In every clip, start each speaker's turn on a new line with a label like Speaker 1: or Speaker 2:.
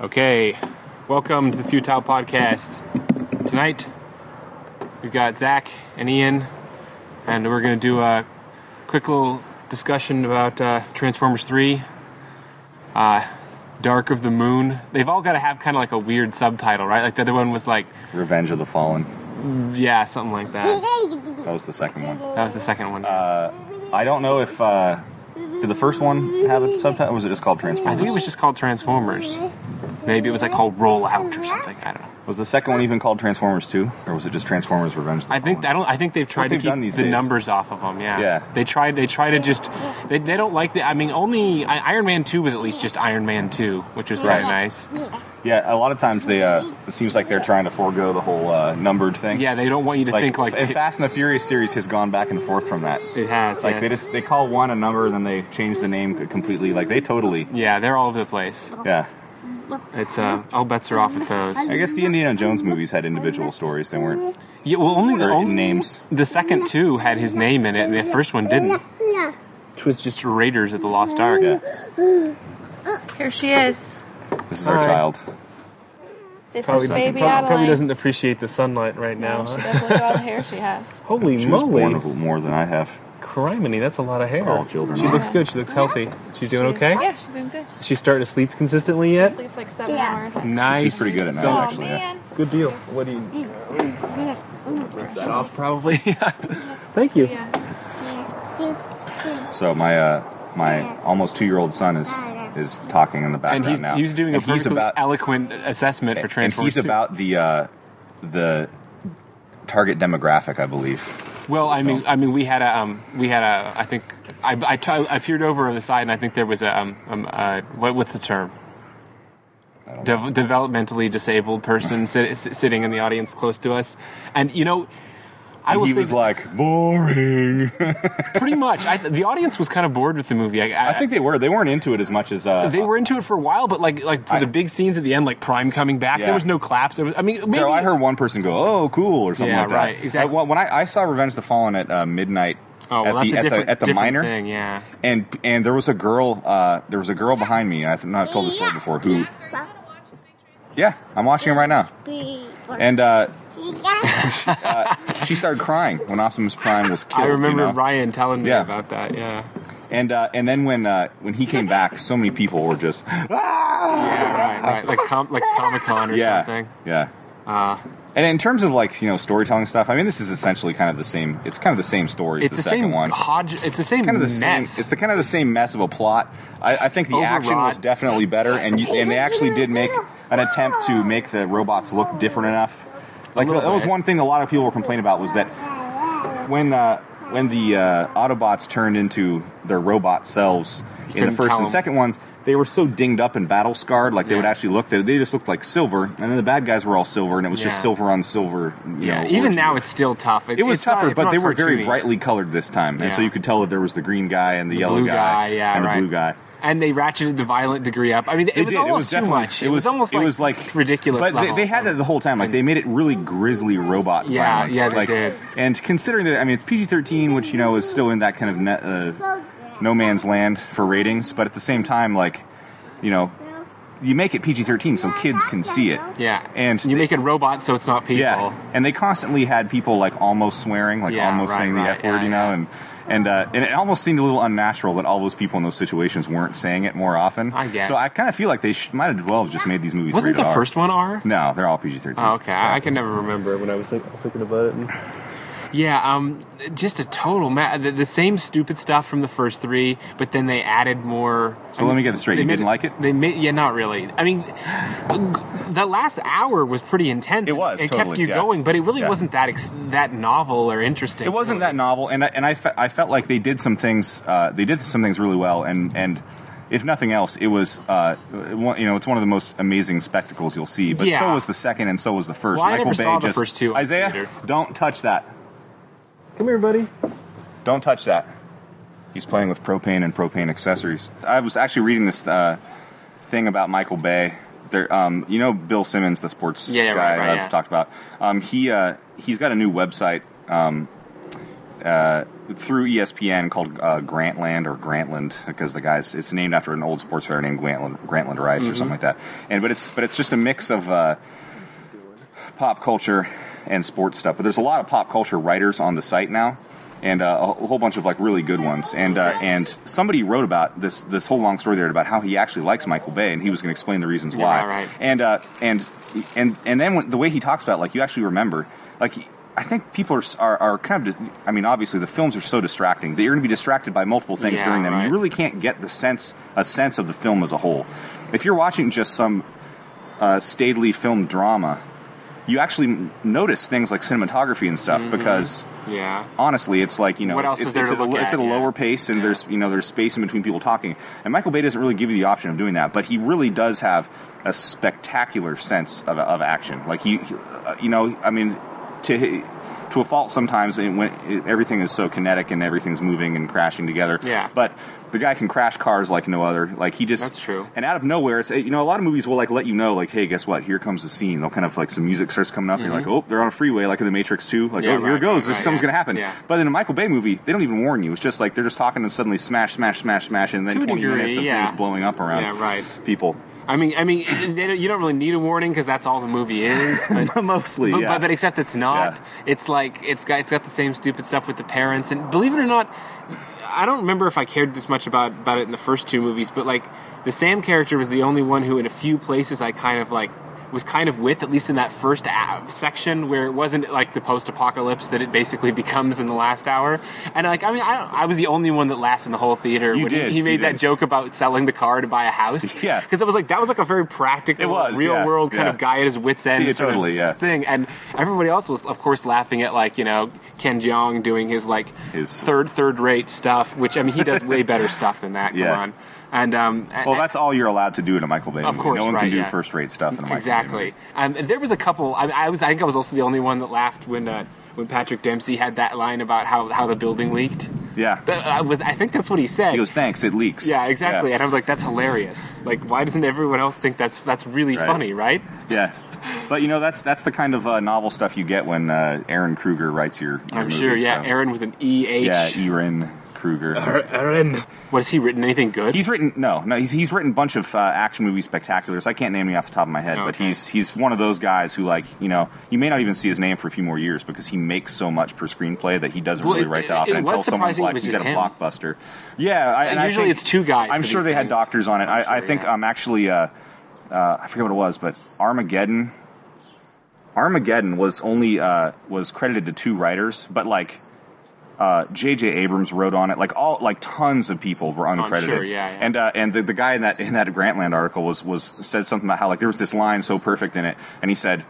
Speaker 1: Okay, welcome to the Futile Podcast. Tonight, we've got Zach and Ian, and we're going to do a quick little discussion about uh, Transformers 3, uh, Dark of the Moon. They've all got to have kind of like a weird subtitle, right? Like the other one was like,
Speaker 2: Revenge of the Fallen.
Speaker 1: yeah, something like that.
Speaker 2: That was the second one.
Speaker 1: That was the second one.
Speaker 2: Uh, I don't know if uh, did the first one have a subtitle? Or was it just called
Speaker 1: I
Speaker 2: Transformers?
Speaker 1: think it was just called Transformers. Maybe it was like called Rollout or something. I don't know.
Speaker 2: Was the second one even called Transformers Two, or was it just Transformers Revenge? Of the
Speaker 1: I think I
Speaker 2: Fallen?
Speaker 1: don't. I think they've tried to
Speaker 2: they've
Speaker 1: keep
Speaker 2: done these
Speaker 1: the
Speaker 2: days.
Speaker 1: numbers off of them. Yeah.
Speaker 2: Yeah.
Speaker 1: They tried. They try to just. They, they don't like the. I mean, only I, Iron Man Two was at least just Iron Man Two, which was kind
Speaker 2: Right.
Speaker 1: of nice.
Speaker 2: Yeah, a lot of times they. Uh, it seems like they're trying to forego the whole uh, numbered thing.
Speaker 1: Yeah, they don't want you to
Speaker 2: Like,
Speaker 1: think like
Speaker 2: and Fast and the Furious series has gone back and forth from that.
Speaker 1: it has.
Speaker 2: Like they
Speaker 1: yes.
Speaker 2: just they call one a number and then they change the name completely. Like they totally.
Speaker 1: Yeah, they're all over the place.
Speaker 2: Yeah.
Speaker 1: It's uh, all bets are off with those.
Speaker 2: I guess the Indiana Jones movies had individual stories. They weren't
Speaker 1: Yeah, well, only the
Speaker 2: or
Speaker 1: only,
Speaker 2: names.
Speaker 1: The second two had his name in it, and the first one didn't. It was just Raiders of the Lost Ark.
Speaker 2: Yeah.
Speaker 3: Here she is.
Speaker 2: This is our
Speaker 1: Hi.
Speaker 2: child.
Speaker 3: This
Speaker 2: doesn't-
Speaker 3: is baby
Speaker 2: prob-
Speaker 3: Adeline.
Speaker 1: appreciate the sunlight right
Speaker 3: No, she does. Look at all the hair she has.
Speaker 1: Holy
Speaker 2: She was born with more than I have.
Speaker 1: Criminy, that's a lot of hair.
Speaker 2: All children. are.
Speaker 1: good. She looks healthy. She's doing
Speaker 3: She's- Yeah, she's doing good.
Speaker 1: She's starting to sleep consistently
Speaker 3: She sleeps like seven
Speaker 4: Yeah.
Speaker 3: hours.
Speaker 1: Nice.
Speaker 2: She's pretty good at night,
Speaker 1: So-
Speaker 2: actually. yeah.
Speaker 3: man.
Speaker 1: Good deal. What do you rinse that off? Probably. Thank you.
Speaker 3: Yeah.
Speaker 2: So my uh, my almost two year old son is is talking in the background
Speaker 1: And he's
Speaker 2: now.
Speaker 1: he's doing
Speaker 2: and
Speaker 1: a
Speaker 2: he's
Speaker 1: perfectly
Speaker 2: about
Speaker 1: eloquent assessment for
Speaker 2: and
Speaker 1: Transformers.
Speaker 2: he's about the uh, the target demographic, I believe.
Speaker 1: two. Well, I mean, I mean, we had a um, we had a I think I I, t- I peered over on the side and I think there was a um, um uh, what what's the term? Dev developmentally disabled person sit- s- sitting in the audience close to us, and you know, I
Speaker 2: And
Speaker 1: will
Speaker 2: he
Speaker 1: say
Speaker 2: was like boring.
Speaker 1: pretty much I, the audience was kind of bored with the movie. I, I,
Speaker 2: I think they were they weren't into it as much as uh,
Speaker 1: they were into it for a while, but like like for
Speaker 2: I-
Speaker 1: the big scenes at the end, like Prime coming back,
Speaker 2: Yeah.
Speaker 1: there was no claps. There was, I mean, maybe
Speaker 2: Girl, I heard one person go, "Oh, cool," or something
Speaker 1: Yeah,
Speaker 2: like that.
Speaker 1: right, exactly.
Speaker 2: I, well, when I, I saw Revenge of the Fallen at uh, midnight
Speaker 1: Oh, well, that's
Speaker 2: at,
Speaker 1: a
Speaker 2: the, at
Speaker 1: different,
Speaker 2: the at the
Speaker 1: different
Speaker 2: minor,
Speaker 1: thing. Yeah,
Speaker 2: and and there was a girl uh, there was a girl behind me. I don't know, I've told this story before. Who? Yeah, I'm watching it right now. And uh, she started crying when Optimus Prime was killed.
Speaker 1: I remember
Speaker 2: you know?
Speaker 1: Ryan telling me
Speaker 2: Yeah.
Speaker 1: about that. Yeah,
Speaker 2: And uh, and then when uh, when he came back, so many people were just
Speaker 1: yeah, right, right. Like com- like Comic Con or
Speaker 2: yeah
Speaker 1: something.
Speaker 2: yeah.
Speaker 1: Uh,
Speaker 2: And in terms of like you know storytelling stuff, I mean this is essentially kind of the same. It's kind of the same story as
Speaker 1: it's the,
Speaker 2: second
Speaker 1: same
Speaker 2: one.
Speaker 1: hodge. It's the same
Speaker 2: Kind of the
Speaker 1: mess.
Speaker 2: same. It's the kind of the same mess of a plot. I, I think the action
Speaker 1: Overwrought.
Speaker 2: was definitely better, and you, and they actually did make an attempt to make the robots look different enough. Like
Speaker 1: little
Speaker 2: that was
Speaker 1: bit.
Speaker 2: one thing a lot of people were complaining about was that when uh, when the uh, Autobots turned into their robot selves in the
Speaker 1: couldn't
Speaker 2: first
Speaker 1: tell
Speaker 2: and
Speaker 1: 'em.
Speaker 2: second ones, they were so dinged up and battle scarred, like they would
Speaker 1: Yeah.
Speaker 2: actually look. They, they just looked like silver, and then the bad guys were all silver, and it was
Speaker 1: Yeah.
Speaker 2: just silver on silver. You
Speaker 1: yeah.
Speaker 2: know,
Speaker 1: Even
Speaker 2: orgy.
Speaker 1: now, it's still tough.
Speaker 2: It was
Speaker 1: it's not-
Speaker 2: tougher,
Speaker 1: it's
Speaker 2: but
Speaker 1: not
Speaker 2: they were very
Speaker 1: cartoony.
Speaker 2: brightly colored this time, and so
Speaker 1: Yeah.
Speaker 2: you could tell that there was the green guy and the,
Speaker 1: The
Speaker 2: yellow
Speaker 1: blue guy, yeah,
Speaker 2: and
Speaker 1: right.
Speaker 2: the blue guy.
Speaker 1: And they ratcheted the violent degree up. I mean, it,
Speaker 2: They
Speaker 1: was
Speaker 2: did.
Speaker 1: almost
Speaker 2: it was
Speaker 1: too
Speaker 2: definitely.
Speaker 1: much. It was, almost like, ridiculous.
Speaker 2: But they,
Speaker 1: levels
Speaker 2: they had
Speaker 1: of-
Speaker 2: that the whole time. Like they made it really grisly robot
Speaker 1: Yeah,
Speaker 2: violence.
Speaker 1: yeah, they
Speaker 2: like,
Speaker 1: did.
Speaker 2: And considering that, I mean, it's PG thirteen, which you know is still in that kind of net, uh, no man's land for ratings. But at the same time, like you know, you make it PG thirteen so kids can see it.
Speaker 1: Yeah,
Speaker 2: And
Speaker 1: you make it robots, so it's not people.
Speaker 2: Yeah, and they constantly had people like almost swearing, like
Speaker 1: Yeah,
Speaker 2: almost
Speaker 1: right,
Speaker 2: saying the
Speaker 1: right,
Speaker 2: f word,
Speaker 1: yeah,
Speaker 2: you know,
Speaker 1: yeah.
Speaker 2: and and uh, and it almost seemed a little unnatural that all those people in those situations weren't saying it more often.
Speaker 1: I guess.
Speaker 2: So I kind of feel like they sh- might have well just made these movies.
Speaker 1: Wasn't
Speaker 2: rated
Speaker 1: the
Speaker 2: R.
Speaker 1: first one R?
Speaker 2: No, they're all PG thirteen.
Speaker 1: Oh, okay, I, I can never remember when I was, think- I was thinking about it. and- yeah, um, just a total ma- the, the same stupid stuff from the first three, but then they added more.
Speaker 2: So let me get this straight.
Speaker 1: they
Speaker 2: You
Speaker 1: made
Speaker 2: didn't like it?
Speaker 1: They made yeah, not really. I mean, the last hour was pretty intense.
Speaker 2: It was,
Speaker 1: It kept
Speaker 2: totally,
Speaker 1: you
Speaker 2: yeah.
Speaker 1: going, but it really
Speaker 2: Yeah.
Speaker 1: wasn't that ex- that novel or interesting.
Speaker 2: It wasn't
Speaker 1: really.
Speaker 2: that novel, and I, and I, fe- I felt like they did some things. Uh, they did some things really well, and and if nothing else, it was uh, one- you know it's one of the most amazing spectacles you'll see. But so
Speaker 1: Yeah.
Speaker 2: was the second, and so was the first.
Speaker 1: Well, I
Speaker 2: Michael
Speaker 1: never
Speaker 2: Bay
Speaker 1: saw the
Speaker 2: just,
Speaker 1: first two in the
Speaker 2: Isaiah,
Speaker 1: theater.
Speaker 2: don't touch that.
Speaker 1: Come here, buddy.
Speaker 2: Don't touch that. He's playing with propane and propane accessories. I was actually reading this uh, thing about Michael Bay. There, um, you know Bill Simmons, the sports
Speaker 1: Yeah, yeah,
Speaker 2: guy
Speaker 1: right, right,
Speaker 2: I've
Speaker 1: yeah.
Speaker 2: talked about. Um, he uh, he's got a new website um, uh, through ESPN called uh, Grantland or Grantland because the guys it's named after an old sports writer named Grantland Grantland Rice
Speaker 1: Mm-hmm.
Speaker 2: or something like that. And but it's but it's just a mix of uh, pop culture and sports stuff. But there's a lot of pop culture writers on the site now, and uh, a whole bunch of like really good ones. And uh, and somebody wrote about this this whole long story there about how he actually likes Michael Bay, and he was going to explain the reasons
Speaker 1: Yeah,
Speaker 2: why.
Speaker 1: right.
Speaker 2: And uh, and and and then when, the way he talks about it, like you actually remember like. I think people are, are, are kind of. dis- I mean, obviously, the films are so distracting that you're going to be distracted by multiple things
Speaker 1: Yeah,
Speaker 2: during them.
Speaker 1: right.
Speaker 2: You really can't get the sense a sense of the film as a whole. If you're watching just some uh, stately film drama, you actually m- notice things like cinematography and stuff
Speaker 1: Mm-hmm.
Speaker 2: because
Speaker 1: Yeah.
Speaker 2: honestly, it's like you know,
Speaker 1: What else
Speaker 2: it's,
Speaker 1: is there
Speaker 2: it's
Speaker 1: to
Speaker 2: at a-
Speaker 1: look
Speaker 2: it's
Speaker 1: at?
Speaker 2: at a
Speaker 1: Yeah.
Speaker 2: lower pace, and
Speaker 1: Yeah.
Speaker 2: there's you know there's space in between people talking. And Michael Bay doesn't really give you the option of doing that, but he really does have a spectacular sense of, of action. Like he, he- uh, you know, I mean, to hi- to a fault sometimes it, when it, everything is so kinetic and everything's moving and crashing together.
Speaker 1: Yeah.
Speaker 2: but. The guy can crash cars like no other. Like he just
Speaker 1: That's true.
Speaker 2: And out of nowhere, it's you know a lot of movies will like let you know like hey guess what here comes the scene. They'll kind of like some music starts coming up. and
Speaker 1: Mm-hmm.
Speaker 2: You're like oh they're on a freeway like in the Matrix Two. Like
Speaker 1: Yeah,
Speaker 2: oh here
Speaker 1: right,
Speaker 2: it goes
Speaker 1: right,
Speaker 2: this
Speaker 1: right,
Speaker 2: something's
Speaker 1: yeah.
Speaker 2: gonna happen.
Speaker 1: Yeah.
Speaker 2: But in a Michael Bay movie, they don't even warn you. It's just like they're just talking and suddenly smash, smash, smash, smash, and then
Speaker 1: To a
Speaker 2: 20
Speaker 1: degree,
Speaker 2: minutes of
Speaker 1: yeah.
Speaker 2: things blowing up around
Speaker 1: Yeah, right.
Speaker 2: people.
Speaker 1: I mean, I mean, they don't, you don't really need a warning because that's all the movie is. But
Speaker 2: Mostly,
Speaker 1: But,
Speaker 2: yeah.
Speaker 1: but, but except it's not.
Speaker 2: Yeah.
Speaker 1: It's like it's got it's got the same stupid stuff with the parents. And believe it or not, I don't remember if I cared this much about about it in the first two movies. But like the Sam character was the only one who, in a few places, I kind of like was kind of with at least in that first a- section where it wasn't like the post-apocalypse that it basically becomes in the last hour and like i mean i, I was the only one that laughed in the whole theater
Speaker 2: You
Speaker 1: when he-
Speaker 2: did,
Speaker 1: he,
Speaker 2: you
Speaker 1: made that
Speaker 2: did.
Speaker 1: joke about selling the car to buy a house
Speaker 2: Yeah.
Speaker 1: because it was like that was like a very practical
Speaker 2: It was,
Speaker 1: real
Speaker 2: yeah,
Speaker 1: world kind
Speaker 2: yeah.
Speaker 1: of guy at his wits end
Speaker 2: Yeah,
Speaker 1: sort of
Speaker 2: totally, yeah.
Speaker 1: thing. And everybody else was, of course, laughing at like you know Ken Jeong doing his like
Speaker 2: His-
Speaker 1: third third rate stuff, which I mean he does way better stuff than that. Come
Speaker 2: Yeah.
Speaker 1: on, and um,
Speaker 2: well, that's all you're allowed to do in a Michael Bay
Speaker 1: Of
Speaker 2: movie.
Speaker 1: course,
Speaker 2: no one
Speaker 1: right,
Speaker 2: can do
Speaker 1: yeah.
Speaker 2: first rate stuff in a Michael Bay
Speaker 1: exactly.
Speaker 2: movie.
Speaker 1: Um, and there was a couple. I, I was I think I was also the only one that laughed when uh, when Patrick Dempsey had that line about how how the building leaked.
Speaker 2: Yeah.
Speaker 1: That I was I think that's what he said.
Speaker 2: he goes, thanks, it leaks.
Speaker 1: yeah, exactly. And I was like, that's hilarious. Like, why doesn't everyone else think that's that's really
Speaker 2: Right.
Speaker 1: funny, right?
Speaker 2: Yeah. But you know that's that's the kind of uh, novel stuff you get when uh, Aaron Kruger writes your. your
Speaker 1: I'm
Speaker 2: movie,
Speaker 1: sure. Yeah,
Speaker 2: so-
Speaker 1: Aaron with an E H.
Speaker 2: Yeah, Aaron Kruger.
Speaker 1: What has he written? Anything good?
Speaker 2: He's written no, no. He's he's written a bunch of uh, action movie spectaculars. I can't name any off the top of my head, but
Speaker 1: Okay.
Speaker 2: he's he's one of those guys who like you know you may not even see his name for a few more years because he makes so much per screenplay that he doesn't
Speaker 1: Well,
Speaker 2: really
Speaker 1: it-
Speaker 2: write
Speaker 1: it-
Speaker 2: that often
Speaker 1: it was
Speaker 2: until someone's
Speaker 1: surprising it
Speaker 2: like
Speaker 1: was
Speaker 2: you got
Speaker 1: just
Speaker 2: a
Speaker 1: him.
Speaker 2: blockbuster. Yeah, I, and I
Speaker 1: usually
Speaker 2: think-
Speaker 1: it's two guys
Speaker 2: I'm
Speaker 1: for
Speaker 2: sure
Speaker 1: these
Speaker 2: they had
Speaker 1: things.
Speaker 2: doctors on it.
Speaker 1: I'm
Speaker 2: I,
Speaker 1: sure,
Speaker 2: I think
Speaker 1: yeah.
Speaker 2: I'm actually uh, uh, I forget what it was, but Armageddon. Armageddon was only uh, was credited to two writers, but like uh, J.J. Abrams wrote on it. Like all, like tons of people were uncredited.
Speaker 1: sure, yeah, yeah.
Speaker 2: And uh, and the, the guy in that in that Grantland article was was said something about how like there was this line so perfect in it, and he said.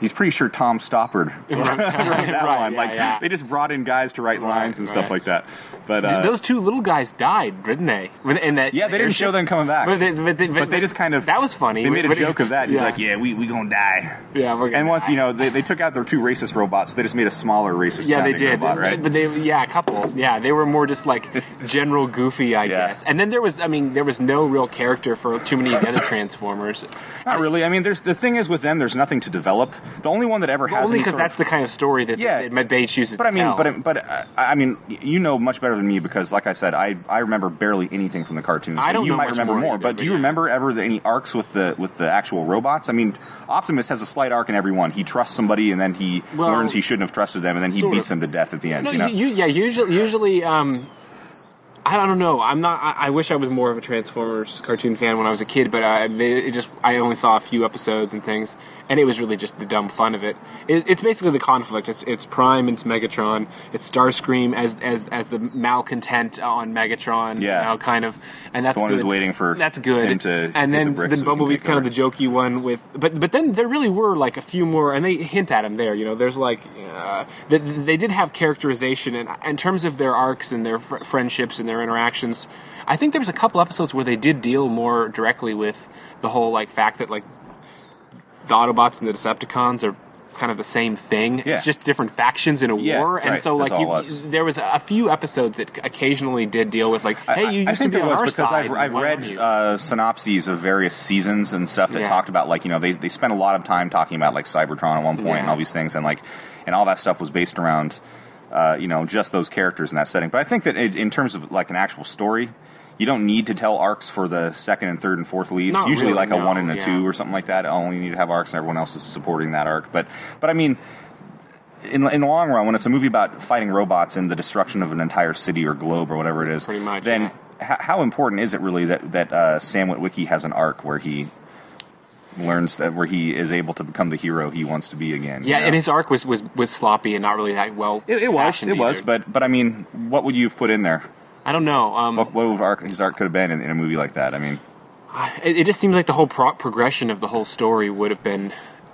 Speaker 2: He's pretty sure Tom Stoppard wrote that
Speaker 1: right,
Speaker 2: line.
Speaker 1: yeah,
Speaker 2: like
Speaker 1: yeah.
Speaker 2: they just brought in guys to write lines and stuff
Speaker 1: right.
Speaker 2: like that. But uh,
Speaker 1: Dude, those two little guys died, didn't they? When- In that
Speaker 2: yeah, they didn't show
Speaker 1: airship?
Speaker 2: them coming back.
Speaker 1: But they, but they,
Speaker 2: But they just kind of
Speaker 1: that was funny.
Speaker 2: They made a
Speaker 1: But-
Speaker 2: joke of that. He's like, "Yeah, we we gonna die."
Speaker 1: Yeah, we're gonna
Speaker 2: and once
Speaker 1: die.
Speaker 2: you know they, they took out their two racist robots, they just made a smaller racist.
Speaker 1: yeah, they
Speaker 2: sounding
Speaker 1: did.
Speaker 2: Robot, right?
Speaker 1: But they, yeah, a couple. Yeah, they were more just like general goofy, I
Speaker 2: Yeah.
Speaker 1: guess. And then there was, I mean, there was no real character for too many of the other Transformers.
Speaker 2: Not really. I mean, there's the thing is with them, there's nothing to develop. The only one that ever has
Speaker 1: Only
Speaker 2: any
Speaker 1: because
Speaker 2: sort
Speaker 1: that's
Speaker 2: of,
Speaker 1: the kind of story that
Speaker 2: Yeah.
Speaker 1: that Matt Bay chooses.
Speaker 2: But I
Speaker 1: to
Speaker 2: mean,
Speaker 1: tell.
Speaker 2: but but uh, I mean, you know much better than me because, like I said, I I remember barely anything from the cartoons.
Speaker 1: I don't
Speaker 2: you
Speaker 1: know
Speaker 2: might
Speaker 1: much
Speaker 2: remember
Speaker 1: more
Speaker 2: more,
Speaker 1: either,
Speaker 2: but
Speaker 1: but
Speaker 2: do you
Speaker 1: yeah.
Speaker 2: remember ever the, any arcs with the with the actual robots? I mean, Optimus has a slight arc in every one. He trusts somebody, and then he
Speaker 1: Well,
Speaker 2: learns he shouldn't have trusted them, and then he
Speaker 1: sort
Speaker 2: beats
Speaker 1: of.
Speaker 2: them to death at the end.
Speaker 1: No,
Speaker 2: you know,
Speaker 1: you, yeah, usually, usually, um, I don't know. I'm not. I, I wish I was more of a Transformers cartoon fan when I was a kid, but I they, it just I only saw a few episodes and things, and it was really just the dumb fun of it. it it's basically the conflict. It's it's Prime, it's Megatron, it's Starscream as as as the malcontent on Megatron.
Speaker 2: Yeah.
Speaker 1: you know, kind of, and that's
Speaker 2: The one who's
Speaker 1: good.
Speaker 2: waiting for
Speaker 1: that's good.
Speaker 2: him to hit
Speaker 1: and
Speaker 2: the
Speaker 1: then
Speaker 2: bricks so
Speaker 1: then
Speaker 2: he can
Speaker 1: Bumblebee's
Speaker 2: take
Speaker 1: kind of
Speaker 2: over.
Speaker 1: the jokey one with, but but then there really were like a few more, and they hint at him there. You know, there's like uh, they, they did have characterization, and in terms of their arcs and their fr- friendships and their interactions, I think there was a couple episodes where they did deal more directly with the whole like fact that like the Autobots and the Decepticons are kind of the same thing.
Speaker 2: Yeah.
Speaker 1: It's just different factions in a
Speaker 2: Yeah,
Speaker 1: war, and
Speaker 2: right.
Speaker 1: so
Speaker 2: That's
Speaker 1: like you,
Speaker 2: all it was.
Speaker 1: there was a few episodes that occasionally did deal with like, hey,
Speaker 2: I-
Speaker 1: you used
Speaker 2: I think
Speaker 1: to be
Speaker 2: there
Speaker 1: on
Speaker 2: was
Speaker 1: our
Speaker 2: because
Speaker 1: side.
Speaker 2: I've, I've
Speaker 1: why aren't
Speaker 2: read
Speaker 1: you?"
Speaker 2: uh, synopses of various seasons and stuff that
Speaker 1: Yeah.
Speaker 2: talked about like you know they they spent a lot of time talking about like Cybertron at one point and
Speaker 1: Yeah.
Speaker 2: all these things and like and all that stuff was based around. uh, you know, just those characters in that setting. But I think that it, in terms of like an actual story, you don't need to tell arcs for the second and third and fourth leads.
Speaker 1: Not
Speaker 2: Usually,
Speaker 1: really,
Speaker 2: like a
Speaker 1: no,
Speaker 2: one and a
Speaker 1: yeah.
Speaker 2: two or something like that. I only need to have arcs, and everyone else is supporting that arc. But, but I mean, in, in the long run, when it's a movie about fighting robots and the destruction of an entire city or globe or whatever it is,
Speaker 1: Pretty much,
Speaker 2: then h- how important is it really that that uh, Sam Witwicky has an arc where he learns that where he is able to become the hero he wants to be again? you
Speaker 1: Yeah,
Speaker 2: know?
Speaker 1: and his arc was, was, was sloppy and not really that well.
Speaker 2: It, it was,
Speaker 1: fashioned
Speaker 2: it was,
Speaker 1: either.
Speaker 2: but but I mean, what would you have put in there?
Speaker 1: I don't know. Um,
Speaker 2: What, what would arc, his arc could have been in, in a movie like that? I mean,
Speaker 1: it, it just seems like the whole pro- progression of the whole story would have been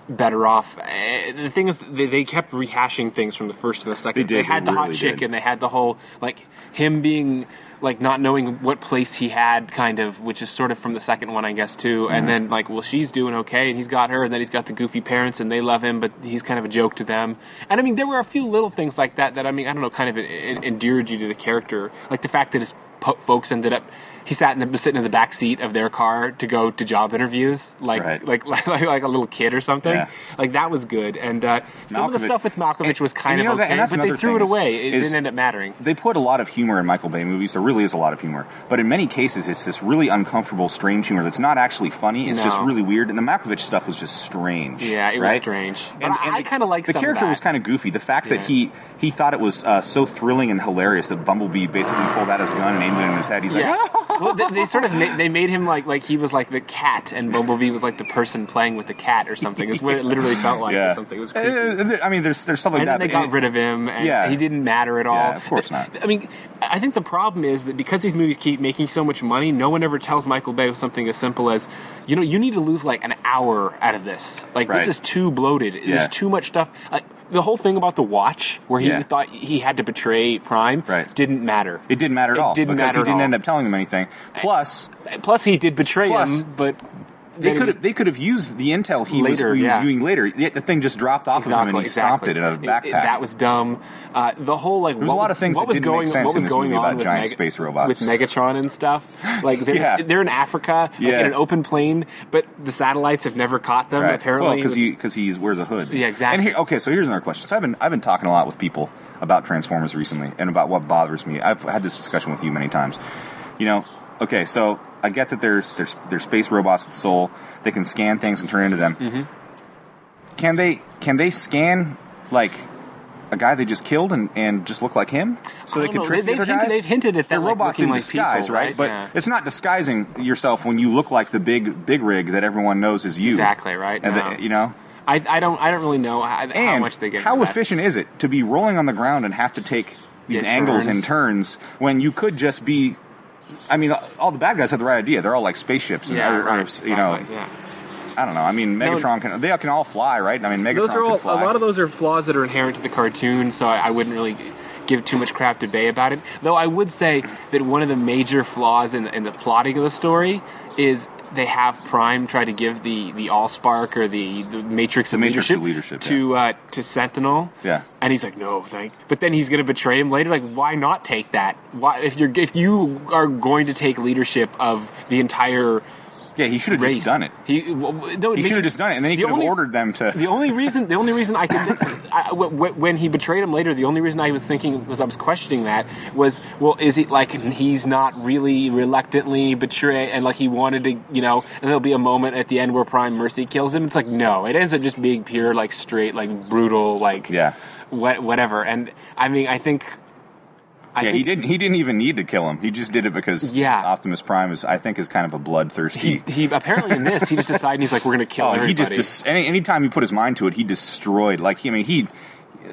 Speaker 1: better off. Eh, The thing is, they, they kept rehashing things from the first to the second.
Speaker 2: They did,
Speaker 1: had
Speaker 2: they
Speaker 1: the hot
Speaker 2: really
Speaker 1: chick,
Speaker 2: did.
Speaker 1: and they had the whole like him being like not knowing what place he had, kind of, which is sort of from the second one, I guess, too.
Speaker 2: Mm-hmm.
Speaker 1: And then like, well, she's doing okay, and he's got her, and then he's got the goofy parents, and they love him, but he's kind of a joke to them. And I mean, there were a few little things like that that I mean, I don't know, kind of en- en- endeared you to the character, like the fact that his po- folks ended up. He sat in the sitting in the back seat of their car to go to job interviews, like
Speaker 2: Right.
Speaker 1: like, like like a little kid or something.
Speaker 2: Yeah.
Speaker 1: Like that was good, and uh, some of the
Speaker 2: Malkovich-
Speaker 1: stuff with Malkovich
Speaker 2: and-
Speaker 1: was kind
Speaker 2: and you
Speaker 1: of
Speaker 2: know that-
Speaker 1: okay,
Speaker 2: and that's
Speaker 1: but they
Speaker 2: another
Speaker 1: threw it
Speaker 2: thing is-
Speaker 1: away. It
Speaker 2: is-
Speaker 1: didn't end up mattering.
Speaker 2: they put a lot of humor in Michael Bay movies. There really is a lot of humor, but in many cases, it's this really uncomfortable, strange humor that's not actually funny. It's just
Speaker 1: No.
Speaker 2: really weird. And the Malkovich stuff was just strange.
Speaker 1: Yeah, it was
Speaker 2: right?
Speaker 1: strange. But
Speaker 2: And,
Speaker 1: I-
Speaker 2: and
Speaker 1: I kind of like
Speaker 2: the character was kind of goofy. The fact that
Speaker 1: Yeah.
Speaker 2: he he thought it was uh, so thrilling and hilarious that Bumblebee basically pulled out his gun and aimed it in his head. He's like,
Speaker 1: Yeah. well, they, they sort of ma- they made him like like he was like the cat, and Bumblebee was like the person playing with the cat or something. Is what it literally felt like
Speaker 2: yeah,
Speaker 1: or something. It was
Speaker 2: Uh,
Speaker 1: creepy.
Speaker 2: I mean, there's there's something
Speaker 1: and then
Speaker 2: like that.
Speaker 1: they
Speaker 2: but
Speaker 1: got
Speaker 2: it-
Speaker 1: rid of him, and
Speaker 2: Yeah.
Speaker 1: he didn't matter at all.
Speaker 2: Yeah, of course not.
Speaker 1: I mean, I think the problem is that because these movies keep making so much money, no one ever tells Michael Bay something as simple as, you know, you need to lose like an hour out of this. Like
Speaker 2: Right.
Speaker 1: this is too bloated.
Speaker 2: Yeah.
Speaker 1: There's too much stuff. Like the whole thing about the watch, where he
Speaker 2: Yeah.
Speaker 1: thought he had to betray Prime,
Speaker 2: Right.
Speaker 1: didn't matter.
Speaker 2: It didn't matter at
Speaker 1: It
Speaker 2: all
Speaker 1: didn't
Speaker 2: because
Speaker 1: matter
Speaker 2: he
Speaker 1: at
Speaker 2: didn't
Speaker 1: all.
Speaker 2: end up telling them anything. Plus,
Speaker 1: Plus, he did betray
Speaker 2: Plus,
Speaker 1: him, but
Speaker 2: they
Speaker 1: then it
Speaker 2: could
Speaker 1: just-
Speaker 2: have they could have used the intel he was-
Speaker 1: Later,
Speaker 2: he was,
Speaker 1: yeah.
Speaker 2: using later. Yet the thing just dropped off of him and he stomped it in a backpack.
Speaker 1: It- it- that was dumb. Uh, the whole like
Speaker 2: was
Speaker 1: what
Speaker 2: a lot
Speaker 1: was-
Speaker 2: of things
Speaker 1: what
Speaker 2: that
Speaker 1: was
Speaker 2: didn't make
Speaker 1: going
Speaker 2: sense
Speaker 1: what
Speaker 2: in
Speaker 1: was
Speaker 2: this
Speaker 1: going
Speaker 2: movie
Speaker 1: on
Speaker 2: about
Speaker 1: with
Speaker 2: giant
Speaker 1: Meg-
Speaker 2: space robots.
Speaker 1: with Megatron and stuff. Like they're
Speaker 2: Yeah.
Speaker 1: they're in Africa like,
Speaker 2: Yeah.
Speaker 1: in an open plane, but the satellites have never caught them.
Speaker 2: Right.
Speaker 1: Apparently,
Speaker 2: because he because he wears a hood.
Speaker 1: Yeah, exactly.
Speaker 2: And here, okay, so here's another question. So I've been I've been talking a lot with people about Transformers recently and about what bothers me. I've had this discussion with you many times. You know, okay, so I get that there's there's there's space robots with soul. They can scan things and turn into them.
Speaker 1: Mm-hmm.
Speaker 2: Can they can they scan like a guy they just killed and, and just look like him, so
Speaker 1: I
Speaker 2: they
Speaker 1: don't
Speaker 2: can
Speaker 1: know.
Speaker 2: trick
Speaker 1: They-
Speaker 2: the other
Speaker 1: they've hinted-
Speaker 2: guys.
Speaker 1: they've hinted at
Speaker 2: They're
Speaker 1: that, like,
Speaker 2: robots
Speaker 1: looking
Speaker 2: in
Speaker 1: like
Speaker 2: disguise,
Speaker 1: people,
Speaker 2: right?
Speaker 1: right?
Speaker 2: But
Speaker 1: Yeah.
Speaker 2: it's not disguising yourself when you look like the big big rig that everyone knows is you.
Speaker 1: Exactly, right?
Speaker 2: And
Speaker 1: No.
Speaker 2: the- you know,
Speaker 1: I, I don't I don't really know how, how
Speaker 2: and
Speaker 1: much they get.
Speaker 2: how
Speaker 1: into that.
Speaker 2: efficient is it to be rolling on the ground and have to take these
Speaker 1: Yeah,
Speaker 2: angles
Speaker 1: turns.
Speaker 2: and turns when you could just be? I mean, all the bad guys have the right idea. They're all like spaceships, and
Speaker 1: Yeah,
Speaker 2: or- or,
Speaker 1: right,
Speaker 2: you know,
Speaker 1: exactly, yeah.
Speaker 2: I don't know. I mean,
Speaker 1: No.
Speaker 2: Megatron can they can all fly, right? I mean, Megatron
Speaker 1: those are all
Speaker 2: can fly.
Speaker 1: a lot of those are flaws that are inherent to the cartoon so I, I wouldn't really give too much crap to bay about it though i would say that one of the major flaws in the, in the plotting of the story is they have prime try to give the the allspark or the, the matrix of
Speaker 2: Matrix
Speaker 1: leadership,
Speaker 2: of leadership,
Speaker 1: to uh, to sentinel
Speaker 2: Yeah.
Speaker 1: and he's like no thank but then he's gonna betray him later like why not take that why if you're if you are going to take leadership of the entire
Speaker 2: yeah, he should have
Speaker 1: race
Speaker 2: just done it.
Speaker 1: he, well, no, it
Speaker 2: He
Speaker 1: makes-
Speaker 2: should have just done it, and then he
Speaker 1: the
Speaker 2: could
Speaker 1: only-
Speaker 2: have ordered them to.
Speaker 1: the only reason, the only reason I could, think, I, w- w- when he betrayed him later, the only reason I was thinking was I was questioning that was, well, is it like he's not really reluctantly betray and like he wanted to, you know, and there'll be a moment at the end where Prime Mercy kills him. It's like no, it ends up just being pure, like straight, like brutal, like
Speaker 2: Yeah.
Speaker 1: what, whatever. And I mean, I think, I
Speaker 2: yeah,
Speaker 1: think
Speaker 2: he didn't. He didn't even need to kill him. He just did it because
Speaker 1: Yeah.
Speaker 2: Optimus Prime is, I think, is kind of a bloodthirsty.
Speaker 1: He, he apparently in this he just decided he's like we're gonna kill
Speaker 2: oh,
Speaker 1: everybody.
Speaker 2: he just dis- any anytime he put his mind to it, he destroyed. Like, I mean, he.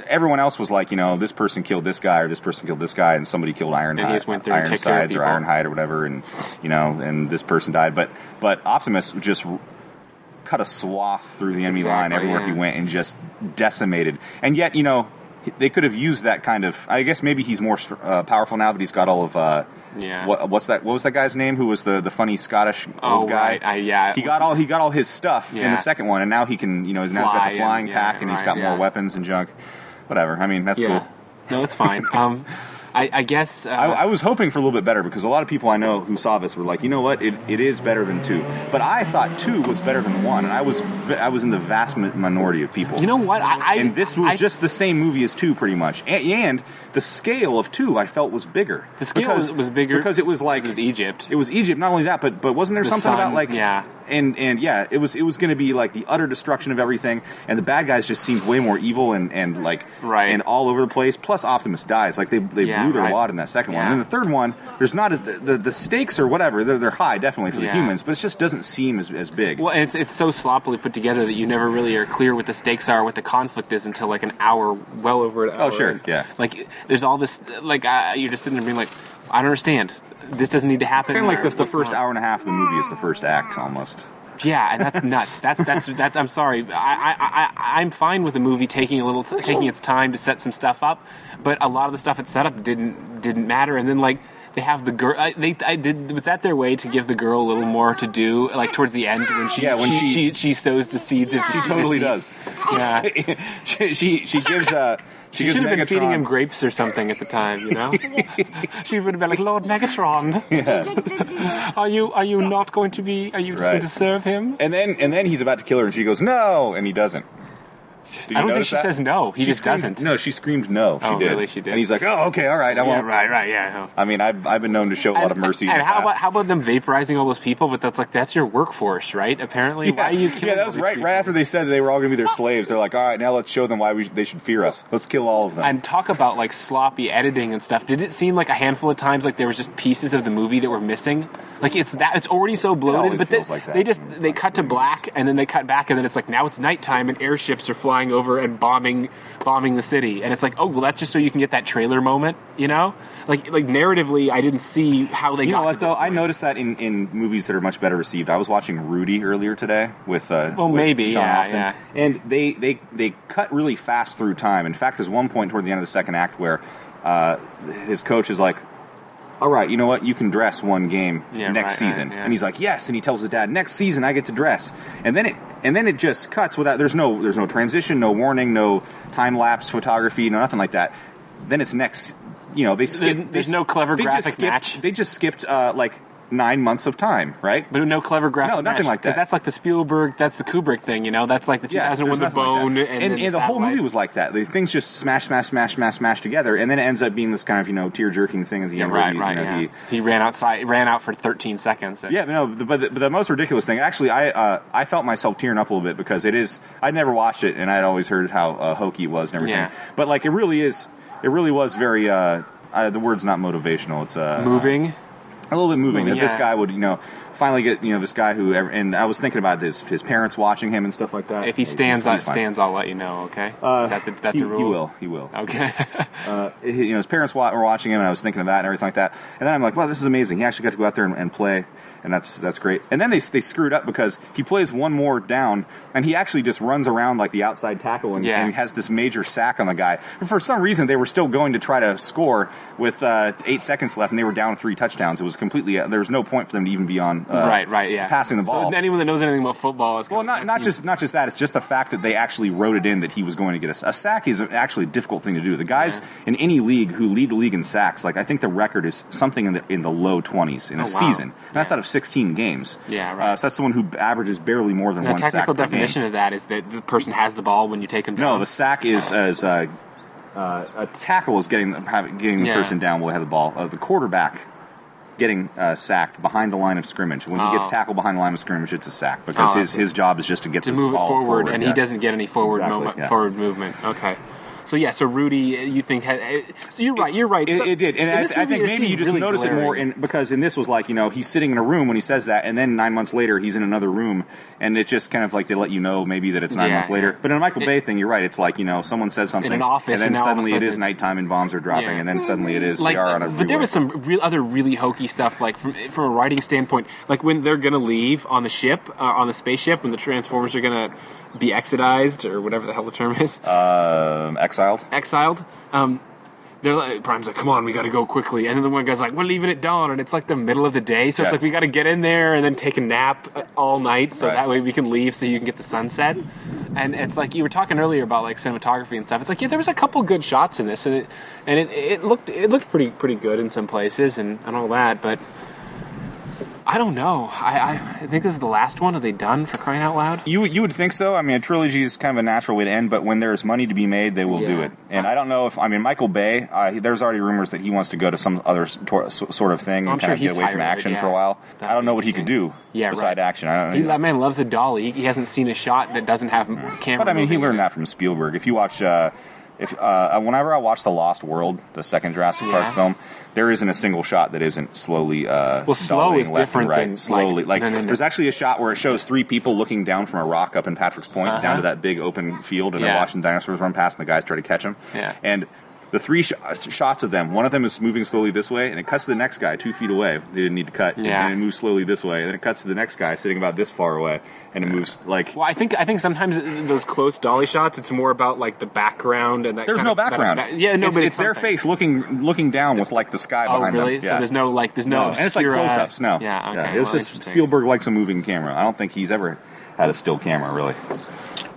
Speaker 2: Everyone else was like, you know, this person killed this guy, or this person killed this guy, and somebody killed Iron
Speaker 1: And he just went through and took care of
Speaker 2: Ironsides or
Speaker 1: people.
Speaker 2: Ironhide or whatever, and you know, and this person died. But but Optimus just r- cut a swath through the enemy line
Speaker 1: Exactly,
Speaker 2: everywhere he
Speaker 1: yeah.
Speaker 2: went and just decimated. And yet, you know, they could have used that kind of. I guess maybe he's more str- uh, powerful now, but he's got all of. Uh,
Speaker 1: Yeah.
Speaker 2: What, what's that? What was that guy's name? Who was the, the funny Scottish old
Speaker 1: Oh,
Speaker 2: guy?
Speaker 1: right. I- yeah.
Speaker 2: He got all he got all his stuff in
Speaker 1: Yeah.
Speaker 2: the second one, and now he can you know he's now he's got
Speaker 1: Fly
Speaker 2: the
Speaker 1: and-
Speaker 2: flying
Speaker 1: yeah,
Speaker 2: pack, and he's
Speaker 1: right,
Speaker 2: got
Speaker 1: yeah.
Speaker 2: more weapons and junk. Whatever. I mean, that's
Speaker 1: Yeah.
Speaker 2: cool.
Speaker 1: No, it's fine. Um, I, I guess uh,
Speaker 2: I, I was hoping for a little bit better because a lot of people I know who saw this were like, you know what, it, it is better than two. But I thought two was better than one, and I was v- I was in the vast mi- minority of people.
Speaker 1: you know what I, I
Speaker 2: and this was
Speaker 1: I-
Speaker 2: just the same movie as two, pretty much. And, and the scale of two, I felt was bigger.
Speaker 1: The scale was- was bigger
Speaker 2: because it was like
Speaker 1: it was Egypt.
Speaker 2: it was Egypt. Not only that, but but wasn't there
Speaker 1: The
Speaker 2: something
Speaker 1: sun,
Speaker 2: about like
Speaker 1: yeah.
Speaker 2: and and yeah, it was it was going to be like the utter destruction of everything, and the bad guys just seemed way more evil and and like
Speaker 1: Right.
Speaker 2: and all over the place. Plus Optimus dies, like they they
Speaker 1: Yeah,
Speaker 2: blew their
Speaker 1: right.
Speaker 2: wad in that second one.
Speaker 1: Yeah.
Speaker 2: And then the third one, there's not as the the, the stakes or whatever. They're they're high definitely for
Speaker 1: Yeah.
Speaker 2: the humans, but it just doesn't seem as as big.
Speaker 1: Well, and it's it's so sloppily put together that you never really are clear what the stakes are, what the conflict is until like an hour, well over an hour.
Speaker 2: Oh, sure,
Speaker 1: in.
Speaker 2: yeah.
Speaker 1: Like there's all this, like I you're just sitting there being like, I don't understand. This doesn't need to happen.
Speaker 2: Kind of like
Speaker 1: or
Speaker 2: the, the
Speaker 1: what's
Speaker 2: first
Speaker 1: going on."
Speaker 2: hour and a half of the movie is the first act almost.
Speaker 1: Yeah, and that's nuts. That's that's that's. I'm sorry. I I, I I'm fine with a movie taking a little taking its time to set some stuff up, but a lot of the stuff it set up didn't didn't matter. And then like they have the girl. I, they I did was that their way to give the girl a little more to do like towards the end when she
Speaker 2: Yeah, when
Speaker 1: she,
Speaker 2: she-
Speaker 1: she, she sows the seeds of
Speaker 2: She
Speaker 1: deceit-
Speaker 2: totally
Speaker 1: deceit.
Speaker 2: does.
Speaker 1: Yeah.
Speaker 2: she, she she gives uh she,
Speaker 1: She
Speaker 2: gives
Speaker 1: should have been feeding
Speaker 2: Megatron-
Speaker 1: him grapes or something at the time, you know. she would have been like, "Lord Megatron, are you are you not going to be? Are you just going
Speaker 2: Right.
Speaker 1: to serve him?"
Speaker 2: And then and then he's about to kill her, and she goes no, and he doesn't. Did you
Speaker 1: I don't think
Speaker 2: notice
Speaker 1: she
Speaker 2: that?
Speaker 1: says no. He
Speaker 2: She
Speaker 1: just
Speaker 2: screamed-
Speaker 1: doesn't.
Speaker 2: No, she screamed no. She
Speaker 1: Oh,
Speaker 2: did.
Speaker 1: really? She did.
Speaker 2: And he's like, oh, okay, all right, I
Speaker 1: Yeah,
Speaker 2: won't.
Speaker 1: right, right, yeah. no.
Speaker 2: I mean, I've, I've been known to show a lot of mercy. in
Speaker 1: And
Speaker 2: the
Speaker 1: how
Speaker 2: past.
Speaker 1: about how about them vaporizing all those people? But that's like that's your workforce, right? Apparently, why are you killing?
Speaker 2: yeah, that
Speaker 1: all
Speaker 2: was
Speaker 1: these
Speaker 2: right.
Speaker 1: people?
Speaker 2: Right after they said they were all going to be their slaves, they're like, "All right, now let's show them why we, they should fear us. Let's kill all of them."
Speaker 1: And talk about like sloppy editing and stuff. Did it seem like a handful of times like there was just pieces of the movie that were missing? Like it's that it's already so bloated,
Speaker 2: always
Speaker 1: but they,
Speaker 2: feels like that
Speaker 1: they just
Speaker 2: in
Speaker 1: they cut to
Speaker 2: movies.
Speaker 1: black and then they cut back and then it's like now it's nighttime and airships are flying over and bombing bombing the city and it's like oh well that's just so you can get that trailer moment, you know? Like like narratively, I didn't see how they
Speaker 2: you
Speaker 1: got
Speaker 2: know what
Speaker 1: to this
Speaker 2: though? I
Speaker 1: point.
Speaker 2: noticed that in, in movies that are much better received. I was watching Rudy earlier today with uh,
Speaker 1: Well,
Speaker 2: with
Speaker 1: Oh, maybe,
Speaker 2: Sean
Speaker 1: yeah,
Speaker 2: Austin,
Speaker 1: yeah.
Speaker 2: and they, they they cut really fast through time. In fact, there's one point toward the end of the second act where uh, his coach is like. All right, you know what? You can dress one game
Speaker 1: Yeah,
Speaker 2: next
Speaker 1: right, right,
Speaker 2: season,
Speaker 1: yeah.
Speaker 2: and he's like, "Yes." And he tells his dad, "Next season, I get to dress." And then it, and then it just cuts without. There's no, there's no transition, no warning, no time lapse photography, no nothing like that. Then it's next. You know, they skip. they
Speaker 1: there's
Speaker 2: s-
Speaker 1: no clever
Speaker 2: they just
Speaker 1: graphic
Speaker 2: skipped-
Speaker 1: match.
Speaker 2: they just skipped uh, like nine months of time, right?
Speaker 1: But no clever graphic.
Speaker 2: No, nothing
Speaker 1: match,
Speaker 2: like that.
Speaker 1: 'cause That's like the Spielberg. That's the Kubrick thing. You know, that's like the
Speaker 2: there's
Speaker 1: 2001 The
Speaker 2: nothing like
Speaker 1: Bone,
Speaker 2: that.
Speaker 1: and,
Speaker 2: and,
Speaker 1: then
Speaker 2: and the whole
Speaker 1: Satellite.
Speaker 2: movie was like that. The things just smash, smash, smash, smash, smash together, and then it ends up being this kind of you know tear jerking thing at the
Speaker 1: Yeah,
Speaker 2: end.
Speaker 1: right,
Speaker 2: where,
Speaker 1: right.
Speaker 2: You know,
Speaker 1: Yeah.
Speaker 2: the-
Speaker 1: He ran outside, ran out for 13 seconds. and-
Speaker 2: Yeah, no, but the, but the, but the most ridiculous thing, actually, I uh, I felt myself tearing up a little bit because it is. I'd never watched it, and I'd always heard how uh, hokey it was and everything.
Speaker 1: Yeah.
Speaker 2: But like, it really is. It really was very. Uh, uh, the word's not motivational. It's uh,
Speaker 1: moving.
Speaker 2: a little bit moving that this
Speaker 1: Yeah.
Speaker 2: guy would you know finally get you know this guy who ever, and I was thinking about this his parents watching him and stuff like that.
Speaker 1: If he
Speaker 2: He's-
Speaker 1: stands,
Speaker 2: he's
Speaker 1: I
Speaker 2: fine.
Speaker 1: stands. I'll let you know. Okay.
Speaker 2: Uh,
Speaker 1: Is that the, that's
Speaker 2: he,
Speaker 1: the rule?
Speaker 2: He will. He will.
Speaker 1: Okay.
Speaker 2: Uh, he- you know, his parents wa- were watching him, and I was thinking of that and everything like that. And then I'm like, wow, this is amazing. He actually got to go out there and, and play, and that's that's great. And then they they screwed up because he plays one more down, and he actually just runs around like the outside tackle and,
Speaker 1: Yeah.
Speaker 2: and has this major sack on the guy. But for some reason, they were still going to try to score with uh, eight seconds left, and they were down three touchdowns. It was completely uh, there was no point for them to even be on. Uh,
Speaker 1: right. Right. Yeah.
Speaker 2: Passing the ball.
Speaker 1: So anyone that knows anything about football is
Speaker 2: Well,
Speaker 1: gonna-
Speaker 2: not not
Speaker 1: that's-
Speaker 2: just not just that. It's just the fact that they actually wrote it in that he was going to get a, s- a sack is actually a difficult thing to do. The guys in any league who lead the league in sacks, like I think the record is something in the in the low twenties in a
Speaker 1: Oh, wow.
Speaker 2: season. And that's
Speaker 1: Yeah.
Speaker 2: out of sixteen games.
Speaker 1: Yeah, right.
Speaker 2: Uh, so that's someone who averages barely more than
Speaker 1: The
Speaker 2: one sack
Speaker 1: technical
Speaker 2: per
Speaker 1: definition
Speaker 2: game.
Speaker 1: of that is that the person has the ball when you take them down.
Speaker 2: No, the sack is as. Uh, uh, a tackle is getting having- getting the
Speaker 1: Yeah.
Speaker 2: person down while they have the ball. Uh, the quarterback getting uh, sacked behind the line of scrimmage. When he
Speaker 1: Oh.
Speaker 2: gets tackled behind the line of scrimmage, it's a sack because
Speaker 1: Oh, I
Speaker 2: his,
Speaker 1: see.
Speaker 2: his job is just to get
Speaker 1: to
Speaker 2: the
Speaker 1: move it
Speaker 2: ball
Speaker 1: forward, and
Speaker 2: yeah.
Speaker 1: he doesn't get any forward
Speaker 2: Exactly,
Speaker 1: moment,
Speaker 2: yeah.
Speaker 1: forward movement. Okay. So yeah, so Rudy, uh, you think? ha- uh, So you're right. You're right.
Speaker 2: It,
Speaker 1: So-
Speaker 2: it did, and, I,
Speaker 1: this
Speaker 2: I
Speaker 1: movie,
Speaker 2: think
Speaker 1: it
Speaker 2: maybe
Speaker 1: seemed
Speaker 2: you just
Speaker 1: really
Speaker 2: notice it more
Speaker 1: glaring.
Speaker 2: in because in this was like you know he's sitting in a room when he says that, and then nine months later he's in another room, and it just kind of like they let you know maybe that it's nine
Speaker 1: Yeah,
Speaker 2: months later.
Speaker 1: yeah.
Speaker 2: But in a Michael
Speaker 1: It-
Speaker 2: Bay thing, you're right. It's like you know someone says something
Speaker 1: an office,
Speaker 2: and then
Speaker 1: and now all of a
Speaker 2: suddenly it
Speaker 1: sudden
Speaker 2: is
Speaker 1: it's-
Speaker 2: nighttime and bombs are dropping,
Speaker 1: Yeah.
Speaker 2: and then suddenly it is
Speaker 1: like,
Speaker 2: we are on a.
Speaker 1: but there
Speaker 2: freeway.
Speaker 1: was some real other really hokey stuff, like from from a writing standpoint, like when they're gonna leave on the ship, uh, on the spaceship, when the Transformers are gonna be exodized or whatever the hell the term is,
Speaker 2: um, exiled.
Speaker 1: exiled. Um, they're like, Prime's like, "Come on, we got to go quickly," and then the one guy's like, "We're leaving at dawn," and it's like the middle of the day, so
Speaker 2: Yeah.
Speaker 1: it's like we got to get in there and then take a nap uh, all night, so
Speaker 2: Right.
Speaker 1: that way we can leave, so you can get the sunset. and it's like you were talking earlier about like cinematography and stuff. It's like yeah, there was a couple good shots in this, and it and it, it looked it looked pretty pretty good in some places and, and all that. But I don't know. I, I I think this is the last one. Are they done for crying out loud?
Speaker 2: You you would think so. I mean, a trilogy is kind of a natural way to end, but when there's money to be made, they will do
Speaker 1: Yeah.
Speaker 2: it. And I don't know if I mean Michael Bay. Uh, there's already rumors that he wants to go to some other s- tor- s- sort of thing and
Speaker 1: I'm
Speaker 2: kind
Speaker 1: sure
Speaker 2: of get
Speaker 1: he's
Speaker 2: away from
Speaker 1: tired of it,
Speaker 2: action
Speaker 1: yeah.
Speaker 2: for a while.
Speaker 1: That'd
Speaker 2: I don't
Speaker 1: be
Speaker 2: know what he could do
Speaker 1: Yeah,
Speaker 2: beside
Speaker 1: right.
Speaker 2: action. I don't
Speaker 1: He,
Speaker 2: know.
Speaker 1: that man loves a dolly. He hasn't seen a shot that doesn't have m camera.
Speaker 2: But I mean, he
Speaker 1: moving.
Speaker 2: learned that from Spielberg. If you watch, uh, if uh, whenever I watch The Lost World, the second Jurassic
Speaker 1: Yeah.
Speaker 2: Park film, there isn't a single shot that isn't slowly. Uh,
Speaker 1: Well, slow
Speaker 2: dollying
Speaker 1: is
Speaker 2: left and
Speaker 1: different
Speaker 2: right.
Speaker 1: than, like-
Speaker 2: slowly. Like,
Speaker 1: no, no, no.
Speaker 2: there's actually a shot where it shows three people looking down from a rock up in Patrick's Point
Speaker 1: Uh-huh.
Speaker 2: down to that big open field, and
Speaker 1: Yeah.
Speaker 2: they're watching dinosaurs run past, and the guys try to catch them.
Speaker 1: Yeah.
Speaker 2: and. The three sh- uh, shots of them, one of them is moving slowly this way, and it cuts to the next guy two feet away. They didn't need to cut.
Speaker 1: Yeah.
Speaker 2: And it moves slowly this way, and then it cuts to the next guy sitting about this far away, and it moves like.
Speaker 1: Well, I think I think sometimes in those close dolly shots, it's more about like the background and that.
Speaker 2: There's
Speaker 1: kind
Speaker 2: no
Speaker 1: of- that
Speaker 2: background.
Speaker 1: effect- yeah, no,
Speaker 2: it's,
Speaker 1: but
Speaker 2: it's their
Speaker 1: something.
Speaker 2: face looking looking down with like the sky
Speaker 1: Oh,
Speaker 2: behind
Speaker 1: really?
Speaker 2: them.
Speaker 1: So
Speaker 2: Yeah.
Speaker 1: there's no like there's no,
Speaker 2: and it's like
Speaker 1: obscure, uh,
Speaker 2: close-ups. No,
Speaker 1: Yeah, okay.
Speaker 2: it was
Speaker 1: well,
Speaker 2: just
Speaker 1: interesting.
Speaker 2: Spielberg likes a moving camera. I don't think he's ever had a still camera really.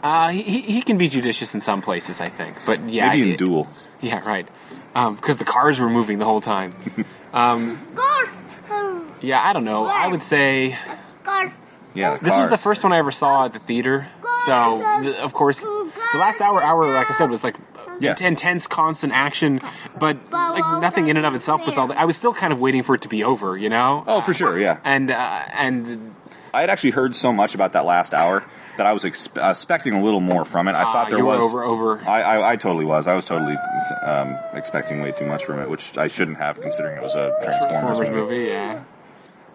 Speaker 1: Uh, he he he can be judicious in some places, I think. But yeah,
Speaker 2: Maybe in
Speaker 1: it-
Speaker 2: Duel.
Speaker 1: Yeah, right. Because the cars were moving the whole time.
Speaker 4: Cars. um,
Speaker 1: Yeah, I don't know. I would say
Speaker 4: Cars.
Speaker 2: Yeah, the
Speaker 1: This was the
Speaker 2: cars.
Speaker 1: first one I ever saw at the theater. So, th- of course, the last hour, hour, like I said, was like
Speaker 2: Yeah.
Speaker 1: int- intense, constant action, but like nothing in and of itself was all that. I was still kind of waiting for it to be over, you know?
Speaker 2: Oh, for sure. Yeah,
Speaker 1: And, uh, and,
Speaker 2: I had actually heard so much about that last hour that I was expe- uh, expecting a little more from it. I
Speaker 1: uh,
Speaker 2: thought there
Speaker 1: you
Speaker 2: was.
Speaker 1: were over, over.
Speaker 2: I, I, I totally was. I was totally um, expecting way too much from it, which I shouldn't have considering it was a Transformers,
Speaker 1: Transformers
Speaker 2: movie.
Speaker 1: movie, yeah.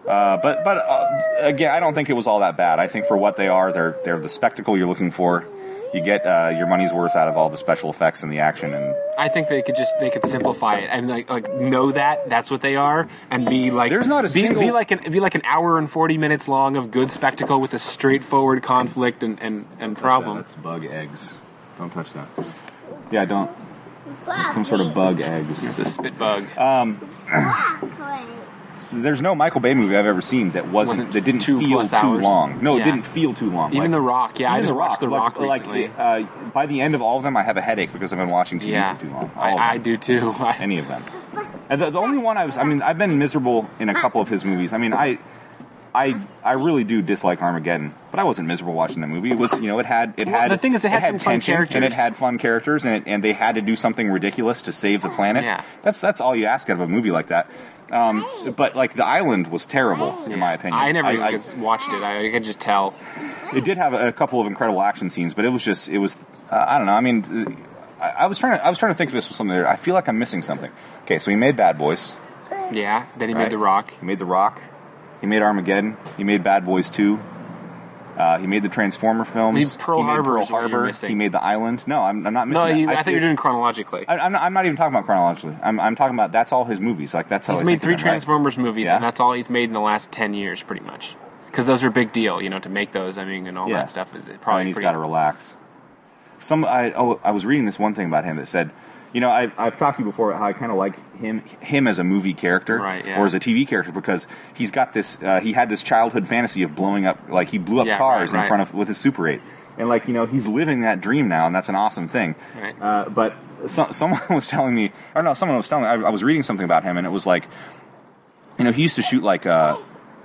Speaker 2: Uh, but but uh, again, I don't think it was all that bad. I think for what they are, they're they're the spectacle you're looking for. You get uh, your money's worth out of all the special effects and the action, and
Speaker 1: I think they could just they could simplify it and like like know that that's what they are and be like
Speaker 2: There's not a
Speaker 1: be,
Speaker 2: single-
Speaker 1: be like an be like an hour and forty minutes long of good spectacle with a straightforward conflict and and, and problem.
Speaker 2: That's bug eggs. Don't touch that. Yeah, don't. Some sort of bug eggs.
Speaker 1: The spit bug.
Speaker 2: There's no Michael Bay movie I've ever seen that wasn't,
Speaker 1: Wasn't
Speaker 2: that didn't
Speaker 1: two
Speaker 2: feel
Speaker 1: plus
Speaker 2: too
Speaker 1: hours.
Speaker 2: long. No,
Speaker 1: Yeah.
Speaker 2: it didn't feel too long.
Speaker 1: Even
Speaker 2: Like-
Speaker 1: The Rock, yeah, I
Speaker 2: even
Speaker 1: just watched The Rock
Speaker 2: like,
Speaker 1: recently.
Speaker 2: Like, uh, by the end of all of them, I have a headache because I've been watching TV
Speaker 1: yeah,
Speaker 2: for too long. All of
Speaker 1: I, I
Speaker 2: them.
Speaker 1: do too. I-
Speaker 2: any of them. And the, the only one I was, I mean, I've been miserable in a couple of his movies. I mean, I, I, I really do dislike Armageddon, but I wasn't miserable watching the movie. It was, you know, it had, it
Speaker 1: Well,
Speaker 2: had,
Speaker 1: the thing is it had some fun
Speaker 2: tension,
Speaker 1: characters.
Speaker 2: and it had fun characters, and it, and they had to do something ridiculous to save the planet.
Speaker 1: Yeah.
Speaker 2: that's that's all you ask out of a movie like that. Um, but like the island was terrible in my opinion.
Speaker 1: I never
Speaker 2: I,
Speaker 1: even watched it. I, I could just tell.
Speaker 2: it did have a, a couple of incredible action scenes, but it was just it was uh, I don't know. I mean, I, I was trying to I was trying to think of this was something. That, I feel like I'm missing something. Okay, so he made Bad Boys.
Speaker 1: Yeah, then he
Speaker 2: Right.
Speaker 1: made The Rock.
Speaker 2: He made The Rock. He made Armageddon. He made Bad Boys 2. Uh, he made the Transformer films.
Speaker 1: I mean, Pearl
Speaker 2: he made
Speaker 1: Harbor
Speaker 2: Pearl
Speaker 1: is what you're
Speaker 2: Harbor.
Speaker 1: missing.
Speaker 2: He made The Island. No, I'm, I'm not missing
Speaker 1: No,
Speaker 2: that.
Speaker 1: you, I, think
Speaker 2: feel-
Speaker 1: you're doing chronologically.
Speaker 2: I, I'm, not, I'm not even talking about chronologically. I'm, I'm talking about that's all his movies. Like that's how
Speaker 1: he's
Speaker 2: I
Speaker 1: made
Speaker 2: think of
Speaker 1: three
Speaker 2: him, right?
Speaker 1: Transformers movies,
Speaker 2: Yeah.
Speaker 1: and that's all he's made in the last ten years, pretty much. Because those are a big deal, you know, to make those. I mean, and all
Speaker 2: Yeah.
Speaker 1: that stuff is it
Speaker 2: Probably
Speaker 1: probably.
Speaker 2: he's
Speaker 1: pretty-
Speaker 2: got to relax. Some I oh I was reading this one thing about him that said, you know I, I've talked to you before how I kind of like him him as a movie character
Speaker 1: Right, yeah.
Speaker 2: or as a TV character because he's got this uh, he had this childhood fantasy of blowing up like he blew up
Speaker 1: Yeah,
Speaker 2: cars
Speaker 1: right,
Speaker 2: in
Speaker 1: right.
Speaker 2: front of with his Super Eight and like you know he's living that dream now and that's an awesome thing.
Speaker 1: Right.
Speaker 2: Uh, but some, someone was telling me or no someone was telling me I, I was reading something about him and it was like you know, he used to shoot like uh,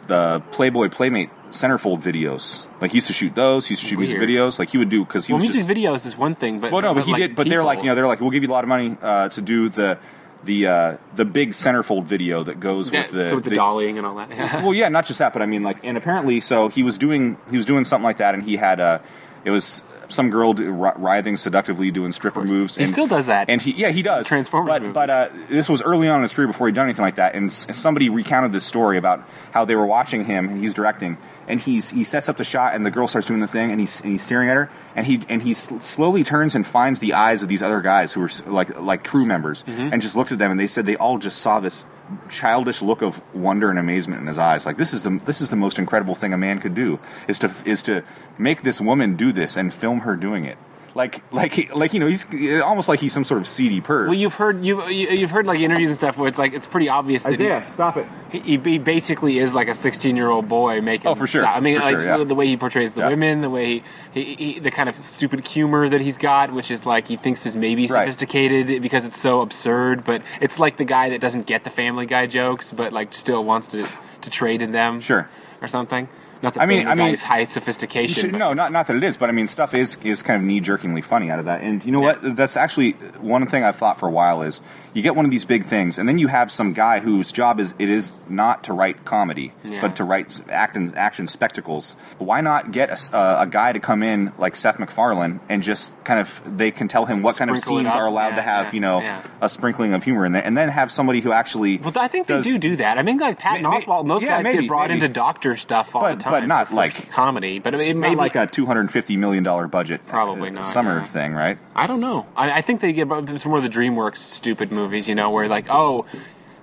Speaker 2: the Playboy Playmate centerfold videos. Like he used to shoot those. He used to shoot music
Speaker 1: Weird.
Speaker 2: videos. Like he would do because he
Speaker 1: Well,
Speaker 2: was
Speaker 1: music
Speaker 2: just.
Speaker 1: videos is one thing, but
Speaker 2: well, no, but he
Speaker 1: like,
Speaker 2: did. But they're like you
Speaker 1: people-
Speaker 2: know they're like we'll give you a lot of money uh, to do the the uh, the big centerfold video that goes with
Speaker 1: Yeah,
Speaker 2: the
Speaker 1: so with the, dollying and all that. Yeah.
Speaker 2: well, yeah, not just that, but I mean, like, and apparently, so he was doing he was doing something like that, and he had uh, it was some girl do- wri- writhing seductively doing stripper moves.
Speaker 1: He
Speaker 2: and,
Speaker 1: still does that.
Speaker 2: and he yeah he does
Speaker 1: Transformers
Speaker 2: But
Speaker 1: movies.
Speaker 2: but uh, this was early on in his career before he'd done anything like that, and s- somebody recounted this story about how they were watching him, and he's directing, and he's he sets up the shot, and the girl starts doing the thing, and he's and he's staring at her, and he and he sl- slowly turns and finds the eyes of these other guys who were s- like like crew members, and just looked at them, and they said they all just saw this childish look of wonder and amazement in his eyes. Like this is the this is the most incredible thing a man could do is to is to make this woman do this and film her doing it. Like, like, he, like you know, he's almost like he's some sort of seedy perv.
Speaker 1: Well, you've heard you've you- you've heard like interviews and stuff where it's like it's pretty obvious that
Speaker 2: Isaiah, stop it.
Speaker 1: he's- he, he basically is like a 16 year old boy making.
Speaker 2: Oh, for sure.
Speaker 1: stuff. I mean,
Speaker 2: For
Speaker 1: like
Speaker 2: sure, yeah.
Speaker 1: the way he portrays the
Speaker 2: Yeah.
Speaker 1: women, the way he, he, he the kind of stupid humor that he's got, which is like he thinks is maybe
Speaker 2: Right.
Speaker 1: sophisticated because it's so absurd, but it's like the guy that doesn't get the Family Guy jokes, but like still wants to to trade in them.
Speaker 2: Sure.
Speaker 1: Or something. Not that
Speaker 2: I mean-
Speaker 1: Family
Speaker 2: I mean-
Speaker 1: Guy is high
Speaker 2: You
Speaker 1: sophistication.
Speaker 2: should,
Speaker 1: but-
Speaker 2: no, not not that it is, but I mean, stuff is is kind of knee jerkingly funny out of that. And you know what? That's actually uh, one thing I've thought for a while is you get one of these big things, and then you have some guy whose job is it is not to write comedy,
Speaker 1: Yeah.
Speaker 2: but to write action action spectacles. Why not get a, s- uh, a guy to come in like Seth MacFarlane and just kind of they can tell him what kind of
Speaker 1: Sprinkle it
Speaker 2: scenes
Speaker 1: up.
Speaker 2: are allowed
Speaker 1: Yeah,
Speaker 2: to have
Speaker 1: yeah,
Speaker 2: you know
Speaker 1: yeah.
Speaker 2: a sprinkling of humor in there, and then have somebody who actually
Speaker 1: Well, I think
Speaker 2: does-
Speaker 1: they do do that. I mean, like Patton
Speaker 2: May- may-
Speaker 1: Oswalt, and those
Speaker 2: yeah,
Speaker 1: guys
Speaker 2: maybe,
Speaker 1: get brought
Speaker 2: maybe.
Speaker 1: into doctor stuff all
Speaker 2: But-
Speaker 1: the
Speaker 2: but
Speaker 1: time,
Speaker 2: not
Speaker 1: for
Speaker 2: like-
Speaker 1: comedy. But it may
Speaker 2: not
Speaker 1: be
Speaker 2: like a two hundred fifty million dollar budget
Speaker 1: Probably
Speaker 2: uh,
Speaker 1: not,
Speaker 2: summer
Speaker 1: yeah.
Speaker 2: thing, right?
Speaker 1: I don't know. I, I think they get brought it's more of the DreamWorks stupid movies, you know, where like, oh,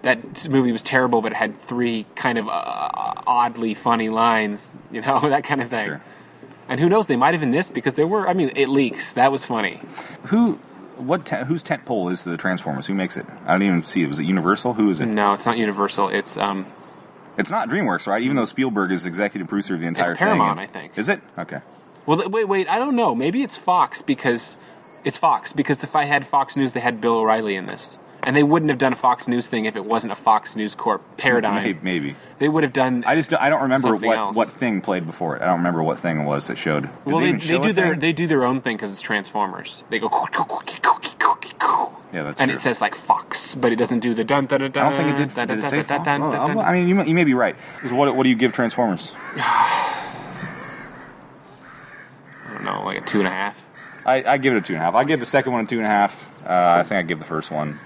Speaker 1: that s- movie was terrible, but it had three kind of uh, oddly funny lines, you know, that kind of thing.
Speaker 2: Sure.
Speaker 1: And who knows? They might have in this because there were. I mean, it leaks. That was funny.
Speaker 2: Who? What? Te- whose tent pole is the Transformers? Who makes it? I don't even see. it. Was it Universal? Who is it?
Speaker 1: No, it's not Universal. It's um,
Speaker 2: It's not DreamWorks, right? Even though Spielberg is executive producer of the entire thing.
Speaker 1: Paramount, I think.
Speaker 2: Is it? Okay.
Speaker 1: Well, th- wait, wait. I don't know. Maybe it's Fox because it's Fox because if I had Fox News, they had Bill O'Reilly in this, and they wouldn't have done a Fox News thing if it wasn't a Fox News Corp paradigm.
Speaker 2: Maybe, maybe.
Speaker 1: They would have done.
Speaker 2: I just don't- I don't remember
Speaker 1: Something
Speaker 2: what,
Speaker 1: else.
Speaker 2: what thing played before it. I don't remember what thing it was that showed. Did
Speaker 1: well, they,
Speaker 2: even
Speaker 1: they
Speaker 2: show
Speaker 1: do
Speaker 2: a
Speaker 1: their
Speaker 2: thing?
Speaker 1: they do their own thing because it's Transformers. They go.
Speaker 2: Yeah, that's
Speaker 1: and
Speaker 2: true.
Speaker 1: it says like Fox, but it doesn't do the dun dun dun.
Speaker 2: I don't think it did.
Speaker 1: dun,
Speaker 2: did it
Speaker 1: dun,
Speaker 2: say
Speaker 1: dun,
Speaker 2: Fox?
Speaker 1: dun,
Speaker 2: Oh,
Speaker 1: dun,
Speaker 2: I'm-
Speaker 1: dun.
Speaker 2: I mean, you, may- you may be right. 'Cause What, what do you give Transformers?
Speaker 1: I don't know, like a two and a half.
Speaker 2: I, I give it a two and a half. I give the second one a two and a half. Uh, I think I give the first one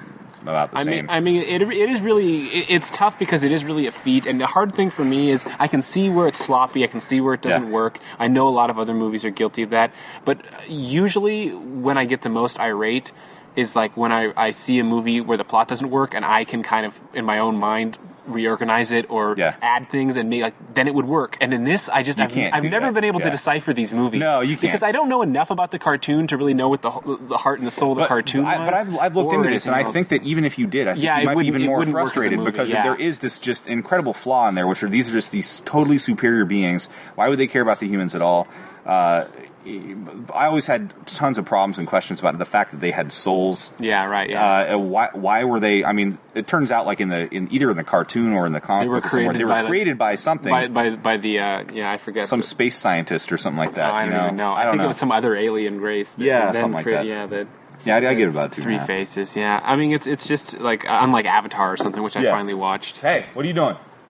Speaker 2: about the
Speaker 1: I
Speaker 2: same.
Speaker 1: mean, I mean, it, it is really it, it's tough because it is really a feat, and the hard thing for me is I can see where it's sloppy, I can see where it doesn't
Speaker 2: Yeah.
Speaker 1: work. I know a lot of other movies are guilty of that, but usually when I get the most irate is like when I, I see a movie where the plot doesn't work, and I can kind of in my own mind reorganize it or
Speaker 2: Yeah.
Speaker 1: add things and make like then it would work. And in this, I just I've,
Speaker 2: can't
Speaker 1: I've
Speaker 2: do
Speaker 1: never
Speaker 2: that.
Speaker 1: been able to
Speaker 2: Yeah.
Speaker 1: decipher these movies.
Speaker 2: No, you can't.
Speaker 1: because I don't know enough about the cartoon to really know what the whole- the heart and the soul of the cartoon.
Speaker 2: I, but
Speaker 1: was,
Speaker 2: I've, I've looked
Speaker 1: or
Speaker 2: into this, and
Speaker 1: anything
Speaker 2: I
Speaker 1: else.
Speaker 2: think that even if you did, I think
Speaker 1: Yeah, it
Speaker 2: you might be
Speaker 1: wouldn't-
Speaker 2: even
Speaker 1: it
Speaker 2: more
Speaker 1: wouldn't work as a
Speaker 2: frustrated
Speaker 1: movie,
Speaker 2: because
Speaker 1: yeah.
Speaker 2: there is this just incredible flaw in there, which are these are just these totally superior beings. Why would they care about the humans at all? Uh, I always had tons of problems and questions about the fact that they had souls.
Speaker 1: Yeah, right. Yeah.
Speaker 2: Uh, why, why were they? I mean, it turns out like in the in either in the cartoon or in the comic
Speaker 1: They were
Speaker 2: book or somewhere,
Speaker 1: created
Speaker 2: they were
Speaker 1: by the-
Speaker 2: created by something,
Speaker 1: by, by by the uh, yeah, I forget
Speaker 2: some
Speaker 1: the-
Speaker 2: space scientist or something like
Speaker 1: no,
Speaker 2: that.
Speaker 1: I
Speaker 2: you
Speaker 1: don't even know. I,
Speaker 2: I don't
Speaker 1: think
Speaker 2: know.
Speaker 1: it was some other alien race. That
Speaker 2: Yeah,
Speaker 1: then
Speaker 2: something like
Speaker 1: crea-
Speaker 2: that.
Speaker 1: Yeah, that.
Speaker 2: Yeah, I- I give it about two and a
Speaker 1: three
Speaker 2: half.
Speaker 1: faces. Yeah, I mean it's it's just like uh, unlike Avatar or something, which I
Speaker 2: Yeah.
Speaker 1: finally watched.
Speaker 2: Hey, what are you doing?